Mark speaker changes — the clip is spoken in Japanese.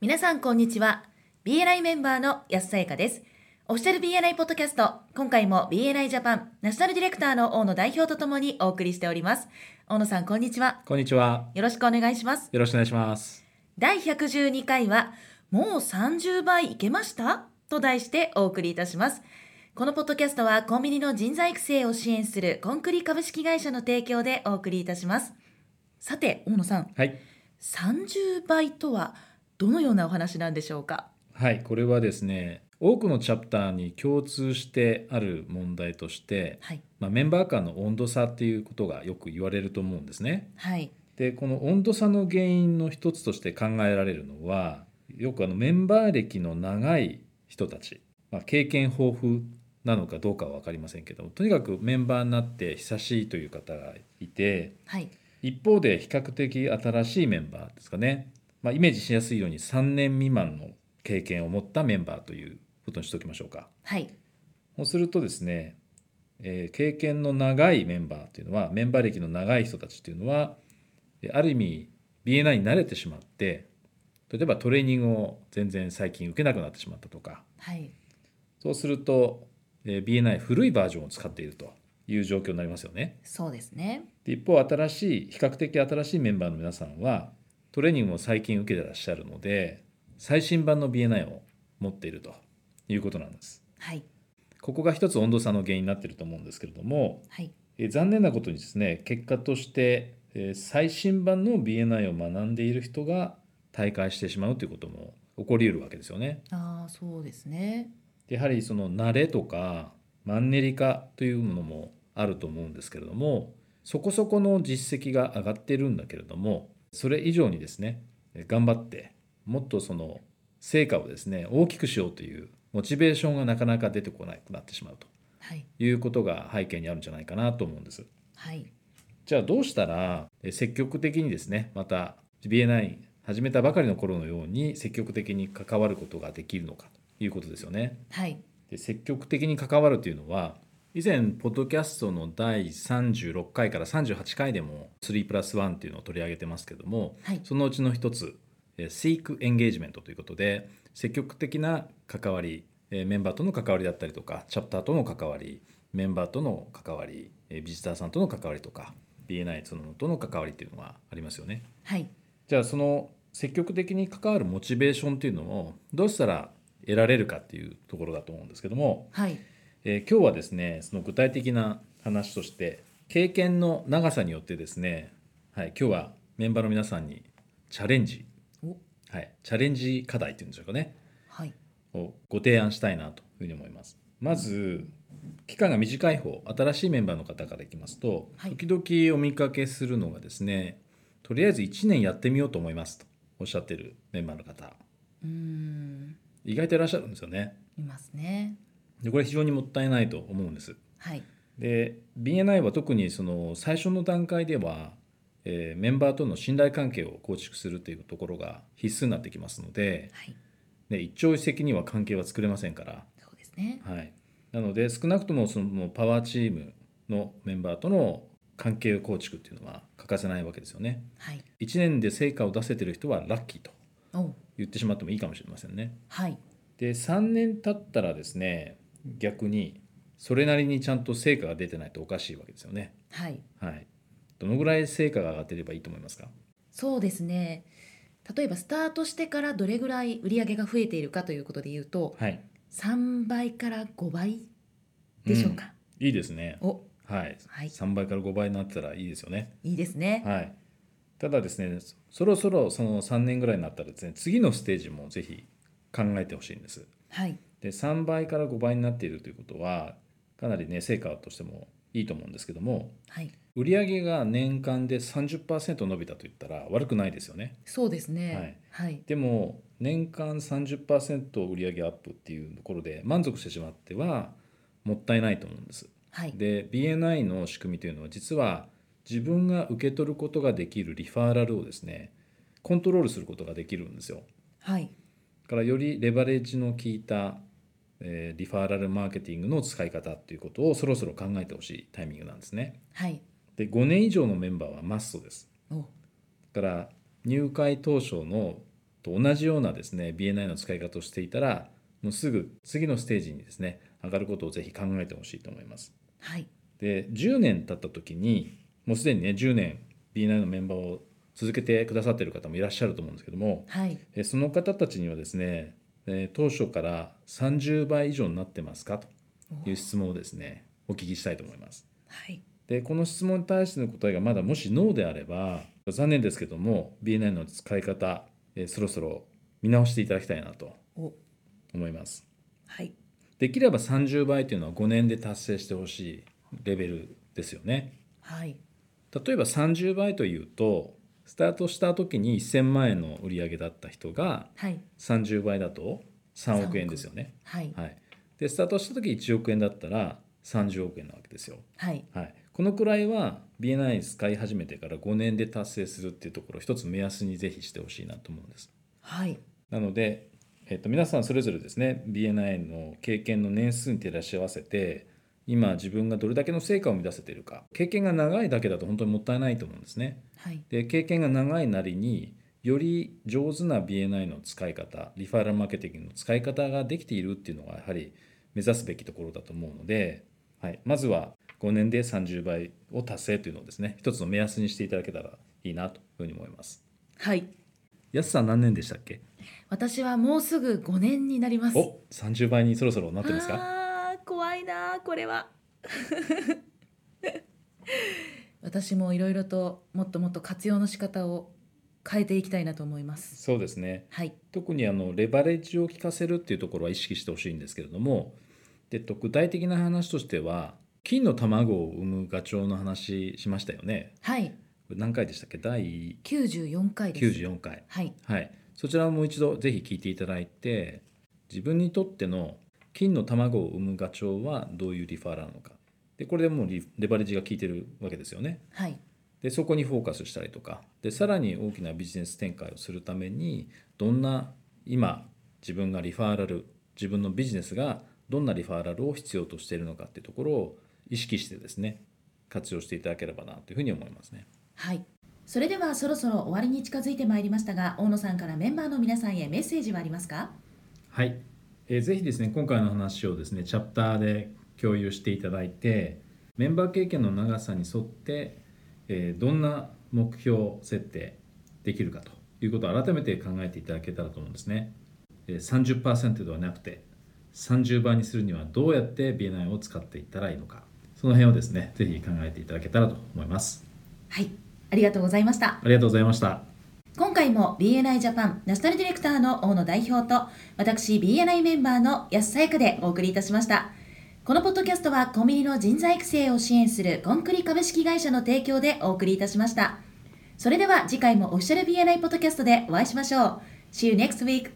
Speaker 1: 皆さんこんにちは BNI メンバーの安さやかですオフィシャル BNI ポッドキャスト今回も BNI ジャパンナショナルディレクターの大野代表とともにお送りしております大野さんこんにちは
Speaker 2: こんにちは。
Speaker 1: よろしくお願いします
Speaker 2: よろしくお願いします。
Speaker 1: 第112回は「もう30倍いけました?」と題してお送りいたしますこのポッドキャストはコンビニの人材育成を支援するコンクリ株式会社の提供でお送りいたしますさて大野さん
Speaker 2: はい。
Speaker 1: 30倍とはどのようなお話なんでしょうか
Speaker 2: はい。これはですね、多くのチャプターに共通してある問題として、
Speaker 1: はい
Speaker 2: まあ、メンバー間の温度差っていうことがよく言われると思うんですね。
Speaker 1: はい
Speaker 2: で、この温度差の原因の一つとして考えられるのは、よくあのメンバー歴の長い人たち、まあ、経験豊富なのかどうかは分かりませんけども、とにかくメンバーになって久しいという方がいて、
Speaker 1: はい
Speaker 2: 一方で比較的新しいメンバーですかね、まあ、イメージしやすいように3年未満の経験を持ったメンバーということにしておきましょうか
Speaker 1: はい
Speaker 2: そうするとですね、えー経験の長いメンバーというのはメンバー歴の長い人たちというのはえある意味 BNI に慣れてしまって例えばトレーニングを全然最近受けなくなってしまったとか
Speaker 1: はい
Speaker 2: そうすると、えー BNI 古いバージョンを使っているという状況になりますよね。
Speaker 1: そうですね
Speaker 2: で一方新しい比較的新しいメンバーの皆さんはトレーニングを最近受けてらっしゃるので最新版の BNI を持っているということなんです
Speaker 1: はい
Speaker 2: ここが一つ温度差の原因になっていると思うんですけれども
Speaker 1: はい
Speaker 2: え残念なことにですね結果としてえー最新版の BNI を学んでいる人が退会してしまうということも起こりうるわけですよね
Speaker 1: ああそうですね
Speaker 2: でやはりその慣れとかマンネリ化というものもあると思うんですけれどもそこそこの実績が上がってるんだけれどもそれ以上にですねえ頑張ってもっとその成果をですね大きくしようというモチベーションがなかなか出てこなくなってしまうと
Speaker 1: はい
Speaker 2: いうことが背景にあるんじゃないかなと思うんです。
Speaker 1: はい
Speaker 2: じゃあどうしたらえ積極的にですねまた BNI 始めたばかりの頃のように積極的に関わることができるのかということですよね。
Speaker 1: はい
Speaker 2: で積極的に関わるというのは以前ポッドキャストの第36回から38回でも3プラス1っていうのを取り上げてますけども
Speaker 1: はい
Speaker 2: そのうちの一つえー Seek Engagement ということで積極的な関わりえーメンバーとの関わりだったりとかチャプターとの関わりメンバーとの関わりえービジターさんとの関わりとか BNI そのものとの関わりっていうのがありますよね。
Speaker 1: はい
Speaker 2: じゃあその積極的に関わるモチベーションっていうのをどうしたら得られるかっていうところだと思うんですけども、
Speaker 1: はい
Speaker 2: えー今日はですねその具体的な話として経験の長さによってですね、はい、今日はメンバーの皆さんにチャレンジ、
Speaker 1: お
Speaker 2: はい、チャレンジ課題っていうんでしょうかね
Speaker 1: はい
Speaker 2: をご提案したいなというふうに思います。まず期間が短い方新しいメンバーの方からいきますと、
Speaker 1: はい
Speaker 2: 時々お見かけするのがですねとりあえず1年やってみようと思いますとおっしゃってるメンバーの方
Speaker 1: うーん
Speaker 2: 意外といらっしゃるんですよね
Speaker 1: いますね
Speaker 2: でこれ非常にもったいないと思うんです
Speaker 1: はい
Speaker 2: で BNI は特にその最初の段階では、えーメンバーとの信頼関係を構築するというところが必須になってきますので
Speaker 1: はい
Speaker 2: で一朝一夕には関係は作れませんから
Speaker 1: そうですね
Speaker 2: はい、なので少なくともそのパワーチームのメンバーとの関係構築っていうのは欠かせないわけですよね。
Speaker 1: はい
Speaker 2: 1年で成果を出せてる人はラッキーと
Speaker 1: お
Speaker 2: 言ってしまってもいいかもしれませんね。
Speaker 1: はい
Speaker 2: で3年経ったらですね逆にそれなりにちゃんと成果が出てないとおかしいわけですよね。
Speaker 1: はい
Speaker 2: はい、どのぐらい成果が上がってればいいと思いますか
Speaker 1: そうですね例えばスタートしてからどれぐらい売り上げが増えているかということで言うと
Speaker 2: はい、
Speaker 1: 3倍から5倍でしょうか、
Speaker 2: いいですね。
Speaker 1: お
Speaker 2: はい、
Speaker 1: はい
Speaker 2: 3倍から5倍になってたらいいですよね。
Speaker 1: いいですね
Speaker 2: はい、ただですねそそろそろその3年ぐらいになったらですね次のステージもぜひ考えてほしいんです
Speaker 1: はい
Speaker 2: で3倍から5倍になっているということはかなりね成果としてもいいと思うんですけども
Speaker 1: はい
Speaker 2: 売上が年間で30%伸びたと言ったら悪くないですよね
Speaker 1: そうですねはい
Speaker 2: でも年間30%売上アップっていうところで満足してしまってはもったいないと思うんです
Speaker 1: はい
Speaker 2: で BNI の仕組みというのは実は自分が受け取ることができるリファーラルをですねコントロールすることができるんですよ。
Speaker 1: はい
Speaker 2: だからよりレバレッジの効いた、えーリファーラルマーケティングの使い方っていうことをそろそろ考えてほしいタイミングなんですね。
Speaker 1: はい
Speaker 2: で5年以上のメンバーはマストです。
Speaker 1: お
Speaker 2: だから入会当初のと同じようなですね BNI の使い方をしていたらもうすぐ次のステージにですね上がることをぜひ考えてほしいと思います。
Speaker 1: はい
Speaker 2: で10年経った時にもうすでにね10年 B9 のメンバーを続けてくださってる方もいらっしゃると思うんですけども
Speaker 1: はい
Speaker 2: えその方たちにはですねえー当初から30倍以上になってますかと
Speaker 1: お
Speaker 2: いう質問をですねお聞きしたいと思います。
Speaker 1: はい
Speaker 2: でこの質問に対しての答えがまだもしノーであれば残念ですけども BNI の使い方えーそろそろ見直していただきたいなと
Speaker 1: お
Speaker 2: 思います。
Speaker 1: はい
Speaker 2: できれば30倍というのは5年で達成してほしいレベルですよね。
Speaker 1: はい
Speaker 2: 例えば30倍というとスタートした時に1,000万円の売り上げだった人が
Speaker 1: はい
Speaker 2: 30倍だと3億円ですよね。
Speaker 1: はい
Speaker 2: はい、でスタートした時1億円だったら30億円なわけですよ。
Speaker 1: はい
Speaker 2: はい、このくらいは BNI 使い始めてから5年で達成するっていうところを一つ目安にぜひしてほしいなと思うんです。
Speaker 1: はい
Speaker 2: なので、えっと、皆さんそれぞれですね BNI の経験の年数に照らし合わせて今自分がどれだけの成果を生み出せているか経験が長いだけだと本当にもったいないと思うんですね。
Speaker 1: はい
Speaker 2: で経験が長いなりにより上手な BNI の使い方リファラルマーケティングの使い方ができているっていうのがやはり目指すべきところだと思うので、はい、まずは5年で30倍を達成というのをですね一つの目安にしていただけたらいいなというふうに思います。
Speaker 1: はい
Speaker 2: やすさん何年でしたっけ
Speaker 1: 私はもうすぐ5年になります
Speaker 2: お30倍にそろそろなってますか
Speaker 1: あー怖いなーこれは 私もいろいろともっともっと活用の仕方を変えていきたいなと思います
Speaker 2: そうですね
Speaker 1: はい
Speaker 2: 特にあのレバレッジを効かせるっていうところは意識してほしいんですけれどもでと具体的な話としては金の卵を産むガチョウの話しましたよね
Speaker 1: はい
Speaker 2: これ何回でしたっけ第
Speaker 1: 94回です
Speaker 2: 94回
Speaker 1: はい
Speaker 2: はいそちらをもう一度ぜひ聞いていただいて自分にとっての金の卵を産むガチョウはどういうリファーラーなのかでこれでもうリレバレッジが効いてるわけですよね
Speaker 1: はい
Speaker 2: でそこにフォーカスしたりとかでさらに大きなビジネス展開をするためにどんな今自分がリファーラル自分のビジネスがどんなリファーラルを必要としているのかっていうところを意識してですね活用していただければなというふうに思いますね。
Speaker 1: はいそれではそろそろ終わりに近づいてまいりましたが大野さんからメンバーの皆さんへメッセージはありますか
Speaker 2: はい、えーぜひですね今回の話をですねチャプターで共有していただいてメンバー経験の長さに沿って、えーどんな目標設定できるかということを改めて考えていただけたらと思うんですね、えー30%ではなくて30倍にするにはどうやって BNI を使っていったらいいのかその辺をですねぜひ考えていただけたらと思います
Speaker 1: はいありがとうございました
Speaker 2: ありがとうございました
Speaker 1: 今回も BNI ジャパンナショナルディレクターの大野代表と私 BNI メンバーの安さやかでお送りいたしましたこのポッドキャストはコンビニの人材育成を支援するコンクリ株式会社の提供でお送りいたしましたそれでは次回もオフィシャル BNI ポッドキャストでお会いしましょう See you next week!